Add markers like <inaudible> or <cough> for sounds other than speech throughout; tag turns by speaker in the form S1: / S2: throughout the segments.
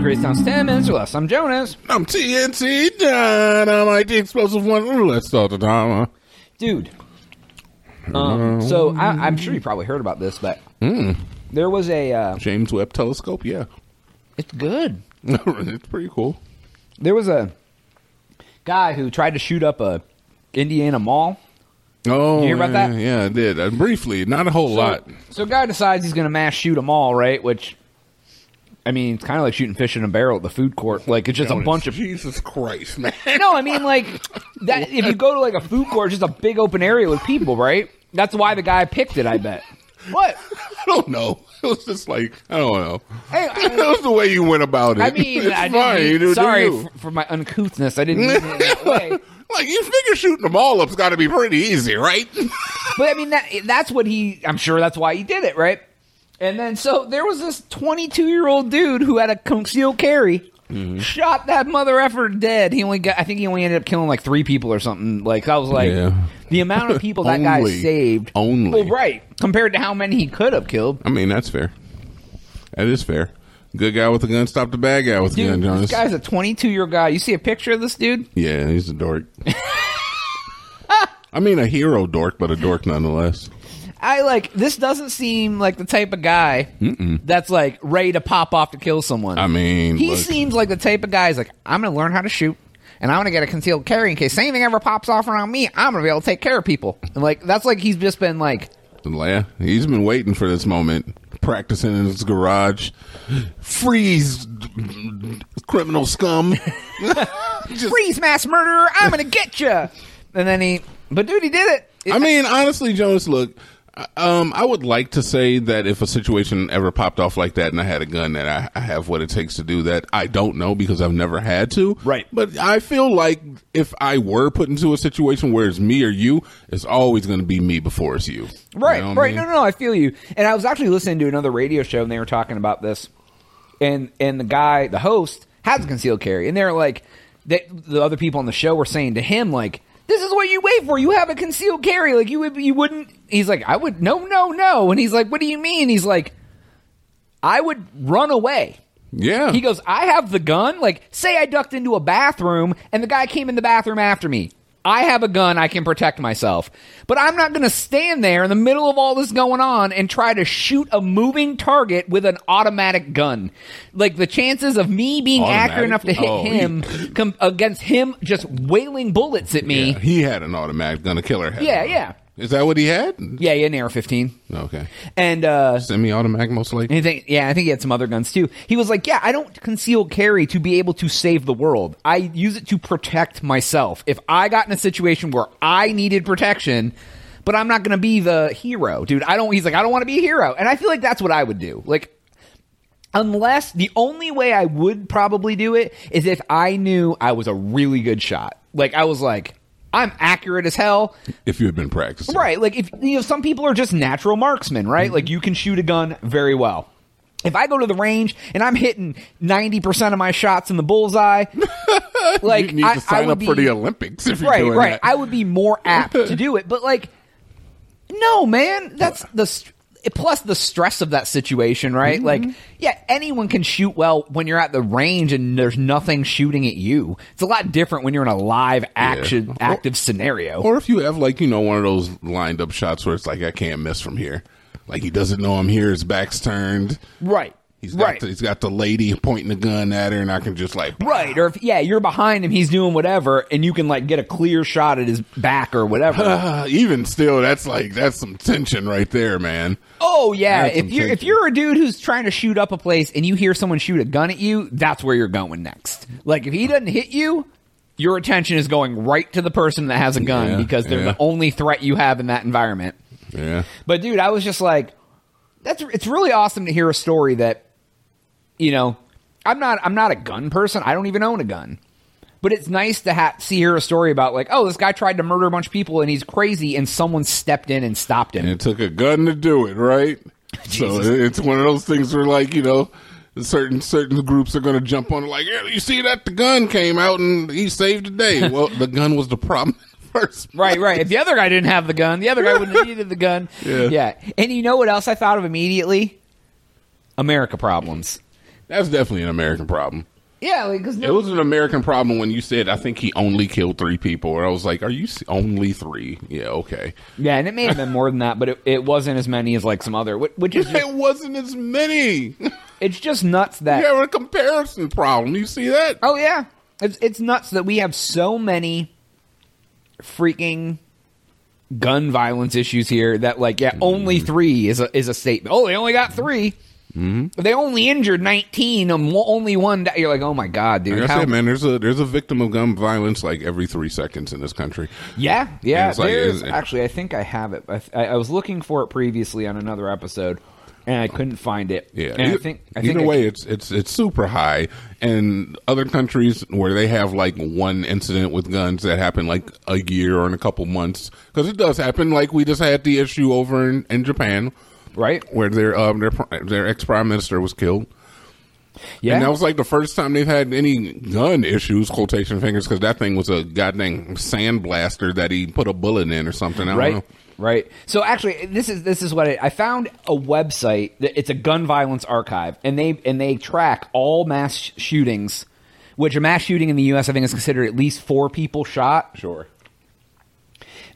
S1: Chris. I'm Stammers. Plus, I'm Jonas.
S2: I'm TNT Dynamite, the explosive one. Let's start the drama.
S1: Dude. Um, so I, I'm sure you probably heard about this, but Hmm. there was a uh,
S2: James Webb Telescope, yeah. <laughs>
S1: it's good.
S2: it's pretty cool.
S1: There was a guy who tried to shoot up a Indiana mall.
S2: Oh,
S1: You hear about
S2: yeah,
S1: that?
S2: Yeah, I did. Uh, briefly, not a whole lot.
S1: So a guy decides he's going to mass shoot them all, right? Which, I mean, it's kind of like shooting fish in a barrel at the food court. Like it's just a bunch of. <laughs>
S2: Oh, Jesus Christ, <laughs> man.
S1: No, I mean like that. If you go to like a food court, it's just a big open area with people, right? That's why the guy picked it. I bet. What?
S2: I don't know. <laughs> It was just like I don't know. <laughs>
S1: Hey, I-
S2: that was the way you went about <laughs> it.
S1: I mean,
S2: it's
S1: I didn't
S2: fine.
S1: mean-
S2: You do
S1: sorry
S2: you.
S1: f- for my uncouthness. I
S2: <laughs>
S1: didn't mean it that way.
S2: like you figure shooting them all up's got to be pretty easy, right? <laughs>
S1: But I mean, that that's what he. I'm sure that's why he did it, right? And then so there was this 22 year old dude who had a concealed carry,
S2: Mm-hmm.
S1: shot that mother effer dead. He only got. I think he only ended up killing like three people or something. Like I was like,
S2: Yeah.
S1: the amount of people that guy
S2: <laughs> Only.
S1: saved.
S2: Only.
S1: Well, right compared to how many he could have killed.
S2: I mean, that's fair. That is fair. Good guy with a gun stopped the bad guy with a
S1: Dude,
S2: gun, Jonas.
S1: this guy's a 22 year old guy. You see a picture of this dude?
S2: Yeah, he's a dork. I mean, a hero dork, but a dork nonetheless.
S1: I like this doesn't seem like the type of guy that's like ready to pop off to kill someone.
S2: I mean,
S1: he
S2: look,
S1: seems like the type of guy is like, I'm gonna learn how to shoot and I'm gonna get a concealed carry in case anything ever pops off around me, I'm gonna be able to take care of people. And like that's like he's just been like
S2: yeah, he's been waiting for this moment, practicing in his garage. Freeze, criminal scum! Just-
S1: freeze mass murderer, I'm gonna get you. And then he but dude he did it. It-
S2: I mean, honestly, Jonas, look, I- um, I would like to say that if a situation ever popped off like that and I had a gun, that I, I have what it takes to do that. I don't know because I've never had to.
S1: Right.
S2: But I feel like if I were put into a situation where it's me or you, it's always going to be me before it's you.
S1: Right,
S2: You know what I
S1: right.
S2: mean?
S1: No, no, no. I feel you. And I was actually listening to another radio show, and they were talking about this, and and the guy, the host, has a concealed carry, and they're like, they, the other people on the show were saying to him like, "This is what you wait for. You have a concealed carry. Like you would, you wouldn't." He's like, "I would, no, no, no." And he's like, "What do you mean?" He's like, "I would run away."
S2: Yeah.
S1: <laughs> He goes, I have the gun. Like, say I ducked into a bathroom and the guy came in the bathroom after me. I have a gun. I can protect myself. But I'm not going to stand there in the middle of all this going on and try to shoot a moving target with an automatic gun. Like, the chances of me being accurate enough to hit
S2: Automatic? Oh, <laughs>
S1: him com- against him just wailing bullets at me.
S2: Yeah, he had an automatic gun. A killer had.
S1: Yeah,
S2: one.
S1: yeah.
S2: Is that what he had?
S1: Yeah, yeah, an AR 15.
S2: Okay.
S1: And, uh,
S2: Semi-automatic, most likely.
S1: And he think- yeah, I think he had some other guns too. He was like, "Yeah, I don't conceal carry to be able to save the world. I use it to protect myself. If I got in a situation where I needed protection, but I'm not going to be the hero, dude. I don't." He's like, "I don't want to be a hero," and I feel like that's what I would do. Like, unless the only way I would probably do it is if I knew I was a really good shot. Like, I was like, "I'm accurate as hell."
S2: If you had been practicing,
S1: Right. Like if you know, some people are just natural marksmen, right?
S2: Mm-hmm.
S1: Like you can shoot a gun very well. If I go to the range and I'm hitting ninety percent of my shots in the
S2: <laughs>
S1: bullseye, like
S2: You need
S1: I, I
S2: to sign
S1: would
S2: up for
S1: be-
S2: the Olympics if you're
S1: right,
S2: doing
S1: right.
S2: that.
S1: I would be more apt to do it, but like, no, man, that's the st- plus the stress of that situation, right? Like,
S2: Mm-hmm.
S1: yeah, anyone can shoot well when you're at the range and there's nothing shooting at you. It's a lot different when you're in a live action,
S2: Or-
S1: active scenario.
S2: Or if you have like you know one of those lined up shots where it's like I can't miss from here, like he doesn't know I'm here, his back's turned,
S1: right.
S2: he's got
S1: right.
S2: the, he's got the lady pointing the gun at her, and I can just like
S1: Right, or if yeah, you're behind him, he's doing whatever, and you can like get a clear shot at his back or
S2: <laughs>
S1: whatever.
S2: "Ah," even still, that's like that's some tension right there, man.
S1: oh yeah,
S2: That's
S1: if you're if
S2: intense.
S1: you're a dude who's trying to shoot up a place and you hear someone shoot a gun at you, that's where you're going next. Like if he doesn't hit you, your attention is going right to the person that has a gun
S2: Yeah,
S1: because they're
S2: yeah.
S1: the only threat you have in that environment.
S2: Yeah,
S1: But dude, I was just like, that's it's really awesome to hear a story that, you know, I'm not I'm not a gun person. I don't even own a gun. But it's nice to ha- see hear a story about like, oh, this guy tried to murder a bunch of people and he's crazy, and someone stepped in and stopped him.
S2: and it took a gun to do it, right? so
S1: Jesus.
S2: it's one of those things where like you know. Certain certain groups are going to jump on it like, yeah, you see that the gun came out and he saved
S1: <laughs>
S2: the day. well, the gun was the problem <laughs> first.
S1: Right, right. If the other guy didn't have the gun, the other guy wouldn't have needed the gun.
S2: <laughs> Yeah.
S1: And you know what else I thought of immediately? America problems.
S2: That's definitely an American problem.
S1: Yeah, like because
S2: It was an American problem when you said, I think he only killed three people. And I was like, are you s- only three? Yeah, okay.
S1: yeah, and it may have been more than that, but it, it wasn't as many as like some other. whi- Which is
S2: <laughs>
S1: just,
S2: <laughs> It wasn't as many. <laughs> you
S1: it's just nuts that
S2: have a comparison problem. You see that?
S1: Oh yeah, it's it's nuts that we have so many freaking gun violence issues here that like yeah, only
S2: Mm.
S1: three is a is a statement. Oh, they only got 3 Mm-hmm. They only injured nineteen, and wo- only one. Di- You're like, oh my god, dude.
S2: Like I
S1: how-
S2: said, man, there's a there's a victim of gun violence like every three seconds in this country.
S1: Yeah, yeah.
S2: it's like-
S1: there's-
S2: it's-
S1: actually, I think I have it. I, th- I, I was looking for it previously on another episode, and I couldn't find it.
S2: Yeah,
S1: and I
S2: Either-
S1: think I
S2: either
S1: think I-
S2: way, it's it's it's super high. And other countries where they have like one incident with guns that happened like a year or in a couple months, because it does happen. Like we just had the issue over in, in Japan,
S1: right.
S2: where their um their pri- their ex prime minister was killed.
S1: Yeah,
S2: And that was like the first time they've had any gun issues, quotation fingers, because that thing was a goddamn sand blaster that he put a bullet in or something. I
S1: right
S2: don't know.
S1: right so actually this is this is what it, i found a website that- it's a gun violence archive and they and they track all mass sh- shootings which a mass shooting in the us i think is considered at least four people shot
S2: Sure.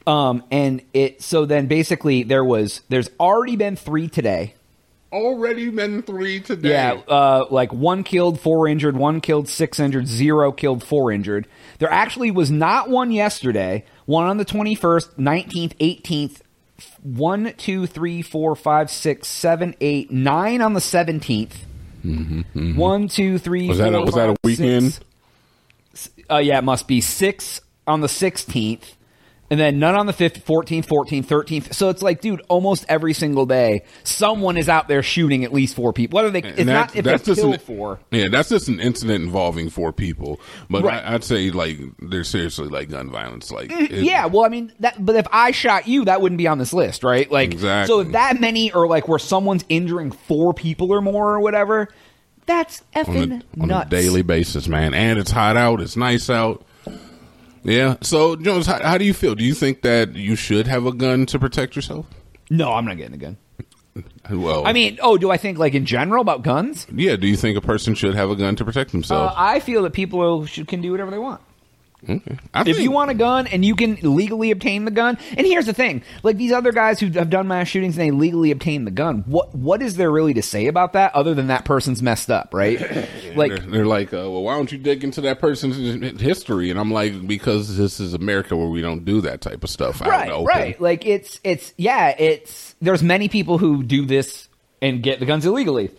S1: um and it so then basically there was there's already been three today
S2: Already been three today.
S1: yeah, uh, like one killed, four injured, one killed, six injured, zero killed, four injured. There actually was not one yesterday, one on the 21st, 19th, 18th, one, two, three, four, five, six, seven, eight, nine on the 17th. One, two, three,
S2: Mm-hmm, Was that a-
S1: four,
S2: was that a
S1: five, six.
S2: weekend?
S1: S- Uh, yeah, it must be six on the 16th, and then none on the 5th, 14th, 14th, 13th. So it's like, dude, almost every single day, someone is out there shooting at least four people. Whether they, it's
S2: And
S1: not
S2: that-
S1: if they
S2: just
S1: kill
S2: an-
S1: four.
S2: Yeah, that's just an incident involving four people. But
S1: Right. Mm,
S2: I, I'd say like there's seriously like gun violence. Like
S1: <laughs>
S2: it-
S1: Yeah, well, I mean, that, but if I shot you, that wouldn't be on this list, right? Like,
S2: Exactly.
S1: so if that many are like where someone's injuring four people or more or whatever, that's
S2: on,
S1: effing
S2: a, on a
S1: nuts.
S2: daily basis, man. And it's hot out. It's nice out. Yeah. So Jones, how, how do you feel? Do you think that you should have a gun to protect yourself?
S1: No, I'm not getting a gun.
S2: Well,
S1: I mean, oh, do I think like in general about guns?
S2: Yeah, do you think a person should have a gun to
S1: Uh,
S2: protect themselves?
S1: I feel that people should can do whatever they want.
S2: I
S1: If
S2: think-
S1: you want a gun and you can legally obtain the gun, and here's the thing: like these other guys who have done mass shootings and they legally obtain the gun, what what is there really to say about that other than that person's messed up, right? like,
S2: they're, they're like, uh, well, why don't you dig into that person's history? And I'm like, because this is America where we don't do that type of stuff. I
S1: right,
S2: don't know.
S1: right. Like it's it's yeah, it's there's many people who do this and get the guns illegally.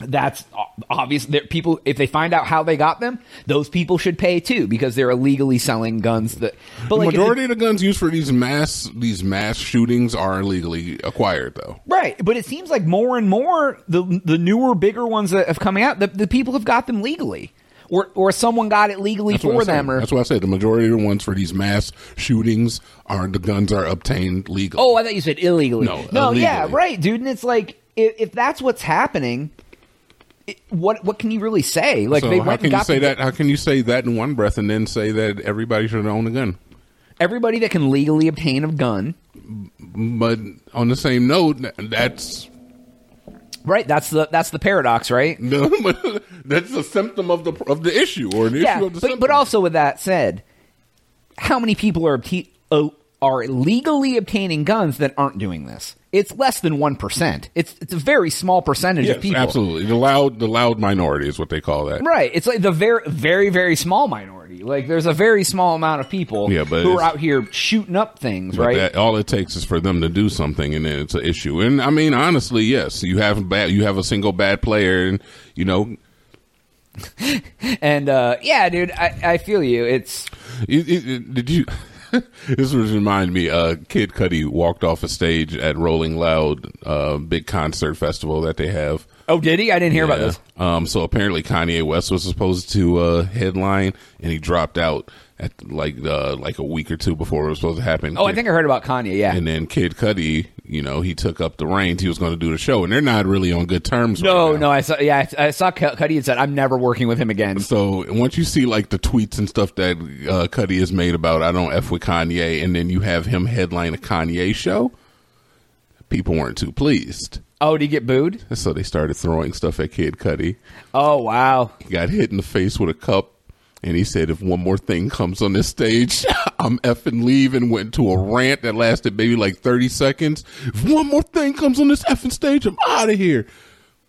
S1: That's o- obvious. There, people, if they find out how they got them, those people should pay too because they're illegally selling guns. That but
S2: The
S1: like if it-
S2: majority of the guns used for these mass these mass shootings are illegally acquired, though.
S1: Right, but it seems like more and more the the newer, bigger ones that have coming out, the, the people have got them legally, or or someone got it legally
S2: what I
S1: for
S2: said.
S1: them, or
S2: That's what I said. The majority of the ones for these mass shootings are the guns are obtained legally.
S1: oh, I thought you said illegally.
S2: No,
S1: yeah,
S2: illegally.
S1: right, dude. And it's like if, if that's what's happening, it, what what can you really say? Like
S2: so
S1: they
S2: how
S1: went and
S2: can you
S1: got
S2: say
S1: the-
S2: that? How can you say that in one breath and then say that everybody should own a gun?
S1: everybody that can legally obtain a gun.
S2: But on the same note, that's <laughs>
S1: Right, that's the that's the paradox, right?
S2: No, but that's a symptom of the of the issue or an
S1: yeah,
S2: issue of the
S1: but,
S2: symptom.
S1: but also with that said, how many people are obti- uh, are legally obtaining guns that aren't doing this? It's less than one percent. It's it's a very small percentage
S2: Yes,
S1: of people.
S2: absolutely the loud the loud minority is what they call that.
S1: Right. It's like the very very very small minority. Like there's a very small amount of people
S2: Yeah, but
S1: who are
S2: it's-
S1: out here shooting up things,
S2: But
S1: right?
S2: that- all it takes is for them to do something, and then it's an issue. And I mean, honestly, yes, you have bad, you have a single bad player, and you know,
S1: and uh, yeah, dude, I, I feel you. It's
S2: it, it, it- did you? <laughs> this was remind me. Uh, Kid Cudi walked off a stage at Rolling Loud, uh, big concert festival that they have.
S1: oh, did he? I didn't hear about
S2: Yeah.
S1: this.
S2: Um, so apparently Kanye West was supposed to uh, headline, and he dropped out at like uh, like a week or two before it was supposed to happen.
S1: Oh, I think I heard about Kanye. Yeah.
S2: And then Kid Cudi, you know, he took up the reins. He was going to do the show, and they're not really on good terms.
S1: No,
S2: right now.
S1: no, I saw. Yeah, I I saw Cu- Cuddy had said, "I'm never working with him again."
S2: So once you see like the tweets and stuff that uh, Cudi has made about I don't f with Kanye, and then you have him headline a Kanye show, people weren't too pleased.
S1: Oh, did he get booed?
S2: So they started throwing stuff at Kid Cudi.
S1: Oh, wow.
S2: He got hit in the face with a cup, and he said, "If one more thing comes on this stage, <laughs> I'm effing leaving." Went to a rant that lasted maybe like 30 seconds. If one more thing comes on this effing stage, I'm out of here.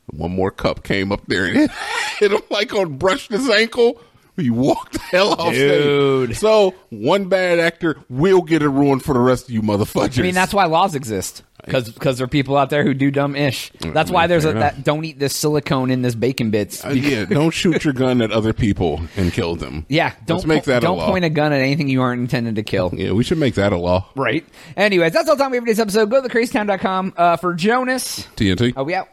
S2: One more cup came up there and <laughs> hit him like on brushed his ankle. He walked the hell off
S1: Dude.
S2: stage. So one bad actor will get it ruined for the rest of you motherfuckers.
S1: I mean, that's why laws exist because there are people out there who do dumb ish. That's why there's a
S2: Mm, fair enough.
S1: that don't eat this silicone in this bacon bits. <laughs>
S2: Uh, yeah, don't shoot your gun at other people and kill them.
S1: Yeah, don't
S2: Let's make
S1: po-
S2: that
S1: don't
S2: a law.
S1: point a gun at anything you aren't intended to
S2: <laughs>
S1: kill.
S2: yeah, we should make that a law.
S1: Right. Anyways, that's all the time we have for today's episode. Go to thecrazytown.com uh, for Jonas.
S2: TNT.
S1: Are we out?